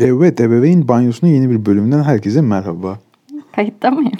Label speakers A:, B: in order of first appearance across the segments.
A: Evet, ebeveyn banyosunun yeni bir bölümünden herkese merhaba.
B: Kayıtta mıyız?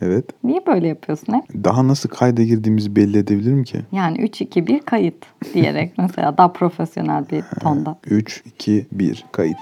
A: Evet,
B: Niye böyle yapıyorsun hep?
A: daha nasıl kayda girdiğimizi belli edebilirim ki?
B: Yani 3, 2, 1 kayıt diyerek mesela daha profesyonel bir tonda.
A: 3, 2, 1, kayıt.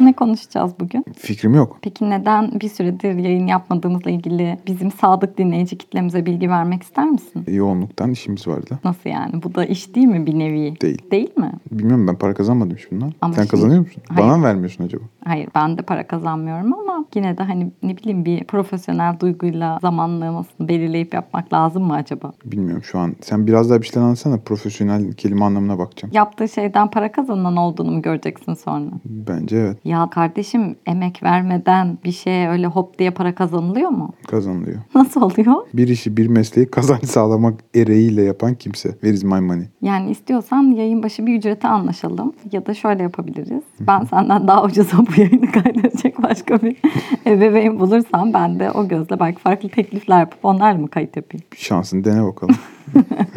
B: Ne konuşacağız bugün?
A: Fikrim yok.
B: Peki neden bir süredir yayın yapmadığımızla ilgili bizim sadık dinleyici kitlemize bilgi vermek ister misin?
A: Yoğunluktan işimiz vardı.
B: Nasıl yani? Bu da iş değil mi bir nevi?
A: Değil.
B: Değil mi?
A: Bilmiyorum ben para kazanmadım şimdi bundan.
B: Ama
A: Sen
B: şimdi-
A: kazanıyor musun?
B: Hayır.
A: Bana mı vermiyorsun acaba?
B: Hayır ben de para kazanmıyorum ama yine de hani ne bileyim bir profesyonel duyguyla zamanlamasını belirleyip yapmak lazım mı acaba?
A: Bilmiyorum şu an. Sen biraz daha bir şeyler anlatsana. Profesyonel kelime anlamına bakacağım.
B: Yaptığı şeyden para kazanan olduğunu mu göreceksin sonra?
A: Bence evet
B: Ya kardeşim emek vermeden bir şeye öyle hop diye para kazanılıyor mu?
A: kazanılıyor.
B: Nasıl oluyor?
A: Bir işi bir mesleği kazanç sağlamak ereğiyle yapan kimse. Where is my money?
B: Yani istiyorsan yayın başı bir ücrete anlaşalım. Ya da şöyle yapabiliriz. Ben senden daha ucuza bu yayını kaydedecek başka bir ebeveyn bulursam ben de o gözle belki farklı teklifler yapıp onlarla mı kayıt yapayım?
A: Şansını dene bakalım.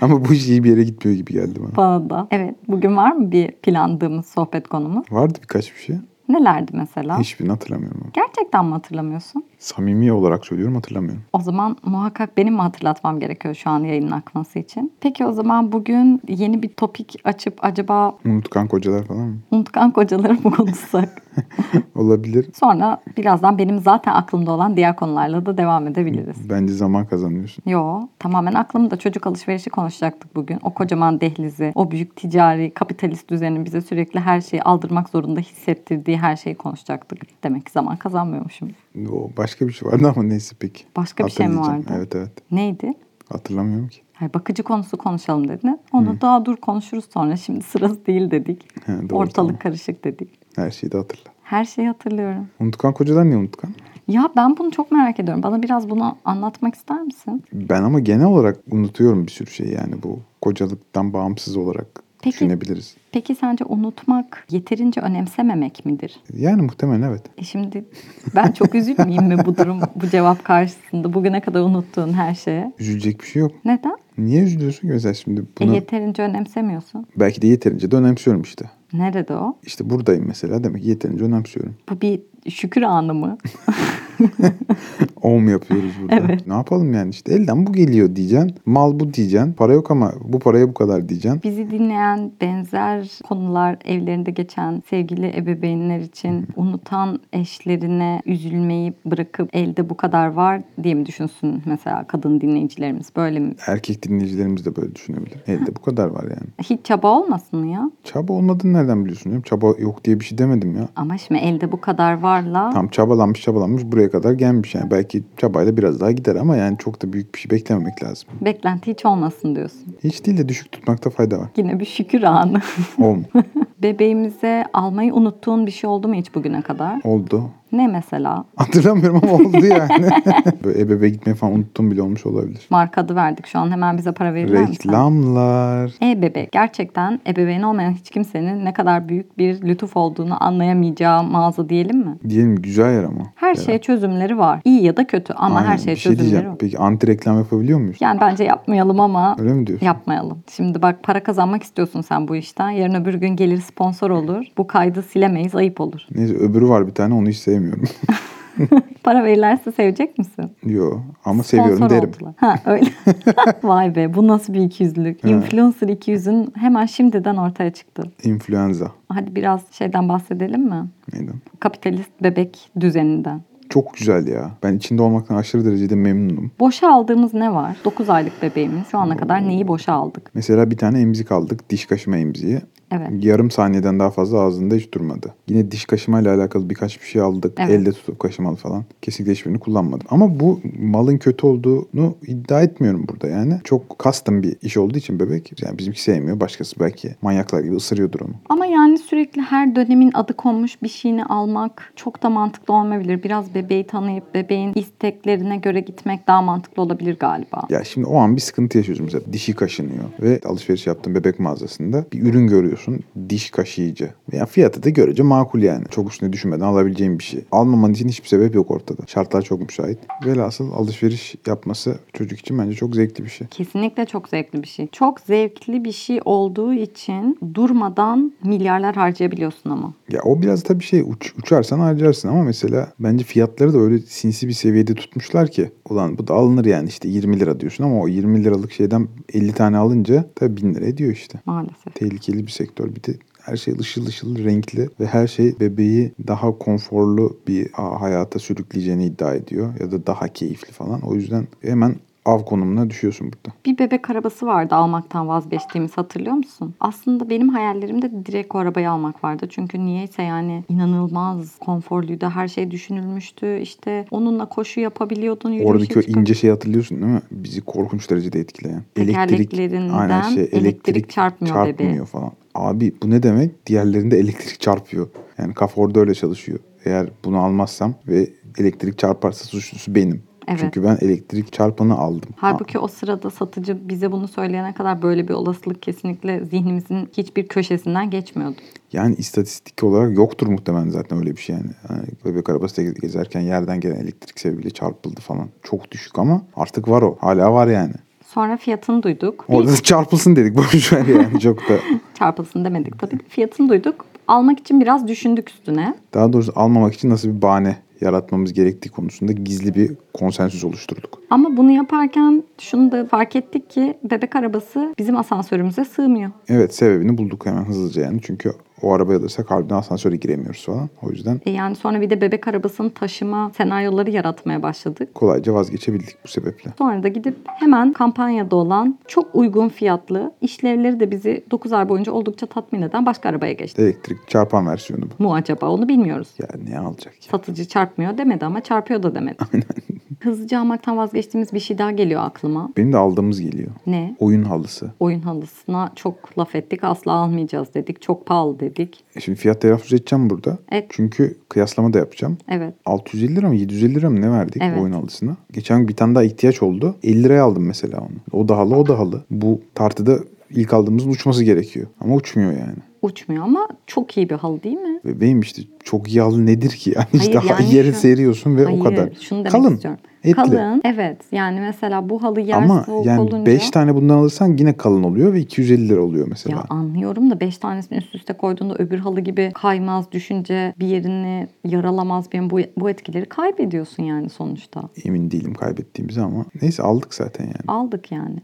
A: Ama bu iş iyi bir yere gitmiyor gibi geldi bana.
B: Bana da. Evet bugün var mı bir plandığımız sohbet konumuz?
A: Vardı birkaç bir şey.
B: Nelerdi mesela?
A: Hiçbirini hatırlamıyorum ama.
B: Gerçekten mi hatırlamıyorsun?
A: Samimi olarak söylüyorum hatırlamıyorum.
B: O zaman muhakkak benim mi hatırlatmam gerekiyor şu an yayının akması için? Peki o zaman bugün yeni bir topik açıp acaba
A: Unutkan kocalar falan mı?
B: unutkan kocaları mı konuşsak?
A: Olabilir.
B: Sonra birazdan benim zaten aklımda olan diğer konularla da devam edebiliriz.
A: Bence zaman kazanıyorsun.
B: Yo tamamen aklımda çocuk alışverişi konuşacaktık bugün. O kocaman dehlizi, o büyük ticari kapitalist düzenin bize sürekli her şeyi aldırmak zorunda hissettirdiği her şeyi konuşacaktık. Demek ki zaman kazanmıyormuşum.
A: O başka bir şey vardı ama neyse peki.
B: Başka bir şey mi
A: Hatırlayacağım.
B: vardı?
A: Evet evet.
B: Neydi?
A: Hatırlamıyorum ki.
B: Hayır, Hani bakıcı konusu konuşalım dedin. Onu daha dur konuşuruz sonra. Şimdi sırası değil dedik.
A: He, doğru,
B: Ortalık
A: tamam.
B: karışık dedik.
A: Her şeyi de hatırla.
B: Her şeyi hatırlıyorum.
A: Unutkan kocalar niye unutkan?
B: Ya ben bunu çok merak ediyorum. Bana biraz bunu anlatmak ister misin?
A: Ben ama genel olarak unutuyorum bir sürü şey yani bu kocalıktan bağımsız olarak
B: Peki.
A: düşünebiliriz.
B: Peki sence unutmak yeterince önemsememek midir?
A: Yani muhtemelen evet.
B: E şimdi ben çok üzülmeyeyim mi bu durum, bu cevap karşısında? Bugüne kadar unuttuğun her şeye.
A: Üzülecek bir şey yok.
B: Neden?
A: Niye üzülüyorsun ki mesela şimdi
B: E
A: bunu
B: yeterince önemsemiyorsun.
A: belki de yeterince de önemsiyorum işte.
B: Nerede o?
A: İşte buradayım mesela demek ki yeterince önemsiyorum.
B: Bu bir şükür anı mı?
A: Om yapıyoruz burada.
B: Evet.
A: Ne yapalım yani işte elden bu geliyor diyeceksin. Mal bu diyeceksin. Para yok ama bu paraya bu kadar diyeceksin.
B: Bizi dinleyen benzer konular evlerinde geçen sevgili ebeveynler için unutan eşlerine üzülmeyi bırakıp elde bu kadar var diye mi düşünsün mesela kadın dinleyicilerimiz böyle mi?
A: Erkek dinleyicilerimiz de böyle düşünebilir. Elde bu kadar var yani.
B: Hiç çaba olmasın mı ya?
A: Çaba olmadığını nereden biliyorsun? canım? Çaba yok diye bir şey demedim ya.
B: Ama şimdi elde bu kadar varla
A: Tam çabalanmış çabalanmış buraya kadar gelmiş yani. Belki çabayla biraz daha gider ama yani çok da büyük bir şey beklememek lazım.
B: beklenti hiç olmasın diyorsun.
A: Hiç değil de düşük tutmakta fayda var.
B: Yine bir şükür anı.
A: Om.
B: Bebeğimize almayı unuttuğun bir şey oldu mu hiç bugüne kadar?
A: Oldu.
B: Ne mesela?
A: Hatırlamıyorum ama oldu yani. Böyle ebebe gitmeyi falan unuttum bile olmuş olabilir.
B: Marka adı verdik şu an hemen bize para verirler mi sen?
A: Reklamlar.
B: E-bebek gerçekten ebeveyn olmayan hiç kimsenin ne kadar büyük bir lütuf olduğunu anlayamayacağı mağaza diyelim mi?
A: Diyelim güzel yer ama.
B: Her şeye çözümleri var. İyi ya da kötü ama
A: Aynen,
B: her şeye
A: bir şey
B: çözümleri
A: diyeceğim.
B: var.
A: Peki anti reklam yapabiliyor muyuz?
B: Yani bence yapmayalım ama
A: Öyle mi diyorsun?
B: yapmayalım. Şimdi bak para kazanmak istiyorsun sen bu işten. Yarın öbür gün gelir sponsor olur. Bu kaydı silemeyiz ayıp olur.
A: Neyse öbürü var bir tane onu hiç sevmiyorum.
B: Para verirlerse sevecek misin?
A: Yo ama
B: Sponsor
A: seviyorum derim.
B: oldular. Ha öyle. Vay be bu nasıl bir ikiyüzlülük. Influencer ikiyüzün hemen şimdiden ortaya çıktı.
A: İnfluenza.
B: Hadi biraz şeyden bahsedelim mi?
A: Neyden?
B: kapitalist bebek düzeninden.
A: Çok güzel ya. Ben içinde olmaktan aşırı derecede memnunum.
B: Boşa aldığımız ne var? 9 aylık bebeğimiz şu ana kadar neyi boşa aldık?
A: Mesela bir tane emzik aldık. Diş kaşıma emziği.
B: Evet.
A: Yarım saniyeden daha fazla ağzında hiç durmadı. Yine diş kaşımayla alakalı birkaç bir şey aldık.
B: Evet.
A: Elde tutup kaşımalı falan. Kesinlikle hiçbirini kullanmadım. Ama bu malın kötü olduğunu iddia etmiyorum burada yani. Çok custom bir iş olduğu için bebek. Yani bizimki sevmiyor. Başkası belki manyaklar gibi ısırıyordur onu.
B: Ama yani sürekli her dönemin adı konmuş bir şeyini almak çok da mantıklı olmayabilir. Biraz bebeği tanıyıp bebeğin isteklerine göre gitmek daha mantıklı olabilir galiba.
A: Ya şimdi o an bir sıkıntı yaşıyorsun mesela dişi kaşınıyor ve alışveriş yaptığın bebek mağazasında bir ürün görüyorsun diş kaşıyıcı. Ya fiyatı da görece makul yani. Çok üstüne düşünmeden alabileceğin bir şey. Almaman için hiçbir sebep yok ortada. Şartlar çok müsait. Velhasıl alışveriş yapması çocuk için bence çok zevkli bir şey.
B: Kesinlikle çok zevkli bir şey. Çok zevkli bir şey olduğu için durmadan milyarlar harcayabiliyorsun ama.
A: Ya o biraz tabii şey uç- uçarsan harcarsın ama mesela bence fiyatları da öyle sinsi bir seviyede tutmuşlar ki. Ulan bu da alınır yani işte 20 lira diyorsun ama o 20 liralık şeyden 50 tane alınca tabii 1000 lira ediyor işte.
B: Maalesef.
A: tehlikeli bir sektör. Bir de her şey ışıl ışıl renkli ve her şey bebeği daha konforlu bir ha- hayata sürükleyeceğini iddia ediyor ya da daha keyifli falan. O yüzden hemen av konumuna düşüyorsun burada.
B: Bir bebek arabası vardı almaktan vazgeçtiğimiz hatırlıyor musun? Aslında benim hayallerimde direkt o arabayı almak vardı. Çünkü niyeyse yani inanılmaz konforluydu. Her şey düşünülmüştü. İşte onunla koşu yapabiliyordun. yürüyüşe
A: Oradaki o
B: çıkabiliyordun.
A: ince şey hatırlıyorsun değil mi? Bizi korkunç derecede etkileyen. şey,
B: Tekerleklerinden elektrik çarpmıyor bebeğe.
A: falan. Abi bu ne demek? Diğerlerinde elektrik çarpıyor. Yani kafa orada öyle çalışıyor. Eğer bunu almazsam ve elektrik çarparsa suçlusu benim.
B: Evet.
A: Çünkü ben elektrik çarpanı aldım.
B: Halbuki o sırada satıcı bize bunu söyleyene kadar böyle bir olasılık kesinlikle zihnimizin hiçbir köşesinden geçmiyordu.
A: Yani istatistik olarak yoktur muhtemelen zaten öyle bir şey yani. yani bebek arabası ge- gezerken yerden gelen elektrik sebebiyle çarpıldı falan. Çok düşük ama artık var o. Hala var yani.
B: Sonra fiyatını duyduk. Bir
A: Orada da çarpılsın dedik boş ver yani çok da.
B: çarpılsın demedik tabii. Fiyatını duyduk. Almak için biraz düşündük üstüne.
A: Daha doğrusu almamak için nasıl bir bahane yaratmamız gerektiği konusunda gizli bir konsensüs oluşturduk.
B: Ama bunu yaparken şunu da fark ettik ki bebek arabası bizim asansörümüze sığmıyor.
A: Evet sebebini bulduk hemen hızlıca yani. Çünkü o arabaya alırsak harbiden asansöre giremiyoruz falan. O yüzden
B: E yani sonra bir de bebek arabasını taşıma senaryoları yaratmaya başladık.
A: kolayca vazgeçebildik bu sebeple.
B: Sonra da gidip hemen kampanyada olan çok uygun fiyatlı işlevleri de bizi 9 ay boyunca oldukça tatmin eden başka arabaya geçti.
A: Elektrik çarpan versiyonu bu.
B: Mu acaba onu bilmiyoruz.
A: Yani ne alacak ya?
B: Satıcı çarpmıyor demedi ama çarpıyor da demedi. Hızlıca almaktan vazgeçtiğimiz bir şey daha geliyor aklıma.
A: Benim de aldığımız geliyor.
B: Ne?
A: Oyun halısı.
B: Oyun halısına çok laf ettik asla almayacağız dedik. Çok pahalı dedik.
A: E Şimdi fiyat telaffuz edeceğim burada.
B: Evet.
A: Çünkü kıyaslama da yapacağım.
B: Evet.
A: 650 lira mı 750 lira mı ne verdik
B: Evet.
A: oyun halısına? Geçen gün bir tane daha ihtiyaç oldu. 50 liraya aldım mesela onu. O da halı o da halı. Bu tartıda ilk aldığımızın uçması gerekiyor. Ama uçmuyor yani.
B: uçmuyor ama çok iyi bir halı değil mi?
A: Ve benim işte çok iyi halı nedir ki? Yani işte
B: yani
A: yere
B: şu-
A: seriyorsun ve o kadar.
B: Şunu demek
A: Kalın.
B: istiyorum.
A: etli.
B: Kalın. Evet. Yani mesela bu halı yer
A: Ama
B: soğuk
A: yani
B: olunca
A: 5 tane bundan alırsan yine kalın oluyor ve 250 lira oluyor mesela.
B: ya anlıyorum da 5 tanesini üst üste koyduğunda öbür halı gibi kaymaz, düşünce bir yerini yaralamaz. Benim bu, bu etkileri kaybediyorsun yani sonuçta.
A: Emin değilim kaybettiğimizi ama neyse aldık zaten yani.
B: Aldık yani.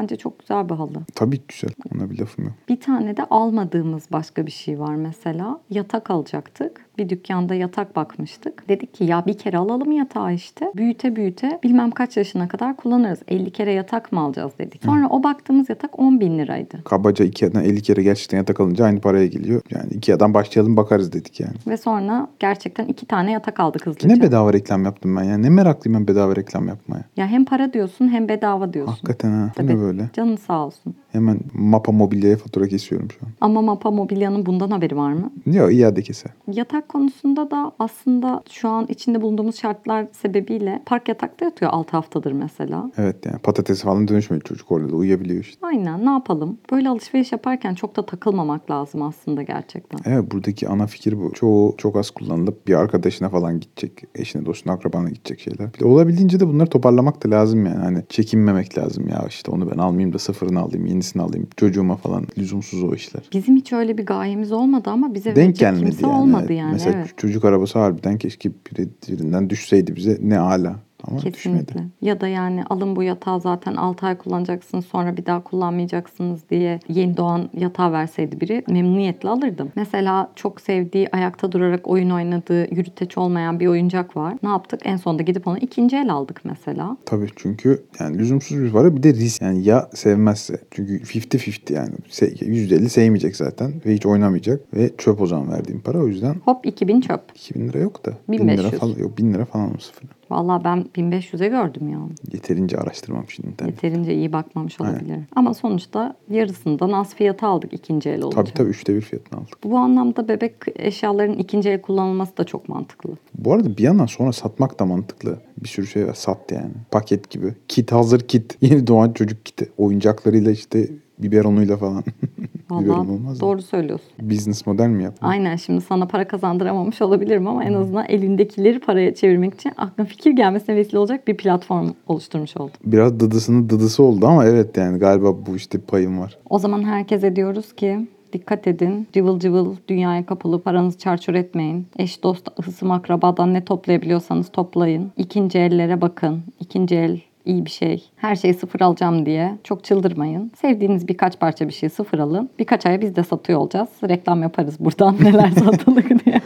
B: Bence çok güzel bir halı.
A: Tabii ki güzel. Ona bir lafım yok.
B: Bir tane de almadığımız başka bir şey var mesela. Yatak alacaktık. Bir dükkanda yatak bakmıştık. Dedik ki ya bir kere alalım yatağı işte. Büyüte büyüte bilmem kaç yaşına kadar kullanırız. 50 kere yatak mı alacağız dedik. Sonra o baktığımız yatak 10 bin liraydı.
A: kabaca Ikea'dan 50 kere gerçekten yatak alınca aynı paraya geliyor. Yani Ikea'dan başlayalım bakarız dedik yani.
B: Ve sonra gerçekten iki tane yatak aldık hızlıca.
A: Ne bedava reklam yaptım ben ya. Ne meraklıyım ben bedava reklam yapmaya.
B: ya hem para diyorsun hem bedava diyorsun.
A: Hakikaten ha. Bu ne
B: Tabii.
A: böyle?
B: Canın sağ olsun.
A: Hemen mapa mobilyaya fatura kesiyorum şu an.
B: Ama Mapa Mobilya'nın bundan haberi var mı?
A: Yok iade keser.
B: Yatak konusunda da aslında şu an içinde bulunduğumuz şartlar sebebiyle park yatakta yatıyor 6 haftadır mesela.
A: Evet yani patates falan dönüşmedi çocuk orada da uyuyabiliyor işte.
B: Aynen ne yapalım? Böyle alışveriş yaparken çok da takılmamak lazım aslında gerçekten.
A: Evet buradaki ana fikir bu. Çoğu çok az kullanılıp bir arkadaşına falan gidecek. Eşine, dostuna, akrabana gidecek şeyler. Bir de olabildiğince de bunları toparlamak da lazım yani. Hani çekinmemek lazım ya işte onu ben almayayım da sıfırını alayım, yenisini alayım. Çocuğuma falan lüzumsuz o işler.
B: Bizim hiç öyle bir gayemiz olmadı ama bize
A: denk
B: verecek
A: gelmedi
B: kimse
A: yani.
B: olmadı
A: Evet.
B: yani.
A: Mesela
B: evet.
A: çocuk arabası harbiden keşke biri- birinden düşseydi bize ne ala. Ama
B: Kesinlikle.
A: düşmedi.
B: Ya da yani alın bu yatağı zaten 6 ay kullanacaksınız sonra bir daha kullanmayacaksınız diye yeni doğan yatağı verseydi biri memnuniyetle alırdım. Mesela çok sevdiği ayakta durarak oyun oynadığı yürüteç olmayan bir oyuncak var. Ne yaptık? En sonunda gidip onu ikinci el aldık mesela.
A: Tabii çünkü yani lüzumsuz bir para bir de risk. Yani ya sevmezse. Çünkü 50-50 yani. Se- %50 sevmeyecek zaten ve hiç oynamayacak. Ve çöp o zaman verdiğim para. O yüzden
B: Hop 2000 çöp.
A: 2000 lira yok da. 1000 lira
B: 1500.
A: falan, yok, 1000 lira falan o sıfır.
B: Vallahi ben 1500'e gördüm yani.
A: Yeterince araştırmamışsın internette.
B: Yeterince iyi bakmamış olabilirim. Ama sonuçta yarısından az fiyata aldık ikinci el olunca.
A: Tabii tabii üçte bir fiyatını aldık.
B: Bu anlamda bebek eşyaların ikinci el kullanılması da çok mantıklı.
A: Bu arada bir yandan sonra satmak da mantıklı. Bir sürü şey var. Sat yani. Paket gibi. Kit hazır kit. Yeni doğan çocuk kiti. Oyuncaklarıyla işte biberonuyla falan. biberon
B: Vallahi
A: olmaz
B: doğru söylüyorsun.
A: mı? Business model mi yaptın?
B: Aynen şimdi sana para kazandıramamış olabilirim ama en azından elindekileri paraya çevirmek için aklına fikir gelmesine vesile olacak bir platform oluşturmuş oldum.
A: Biraz dıdısının dıdısı oldu ama evet yani galiba bu işte payım var.
B: O zaman herkese diyoruz ki dikkat edin. Cıvıl cıvıl dünyaya kapılı paranızı çarçur etmeyin. Eş dost hısım akrabadan ne toplayabiliyorsanız toplayın. İkinci ellere bakın. İkinci el iyi bir şey. Her şeyi sıfır alacağım diye çok çıldırmayın. Sevdiğiniz birkaç parça bir şey sıfır alın. Birkaç ay biz de satıyor olacağız. Reklam yaparız buradan neler satılık diye.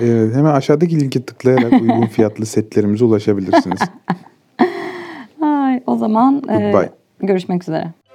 A: Evet, hemen aşağıdaki linke tıklayarak uygun fiyatlı setlerimize ulaşabilirsiniz.
B: Ay, o zaman e,
A: Goodbye.
B: görüşmek üzere.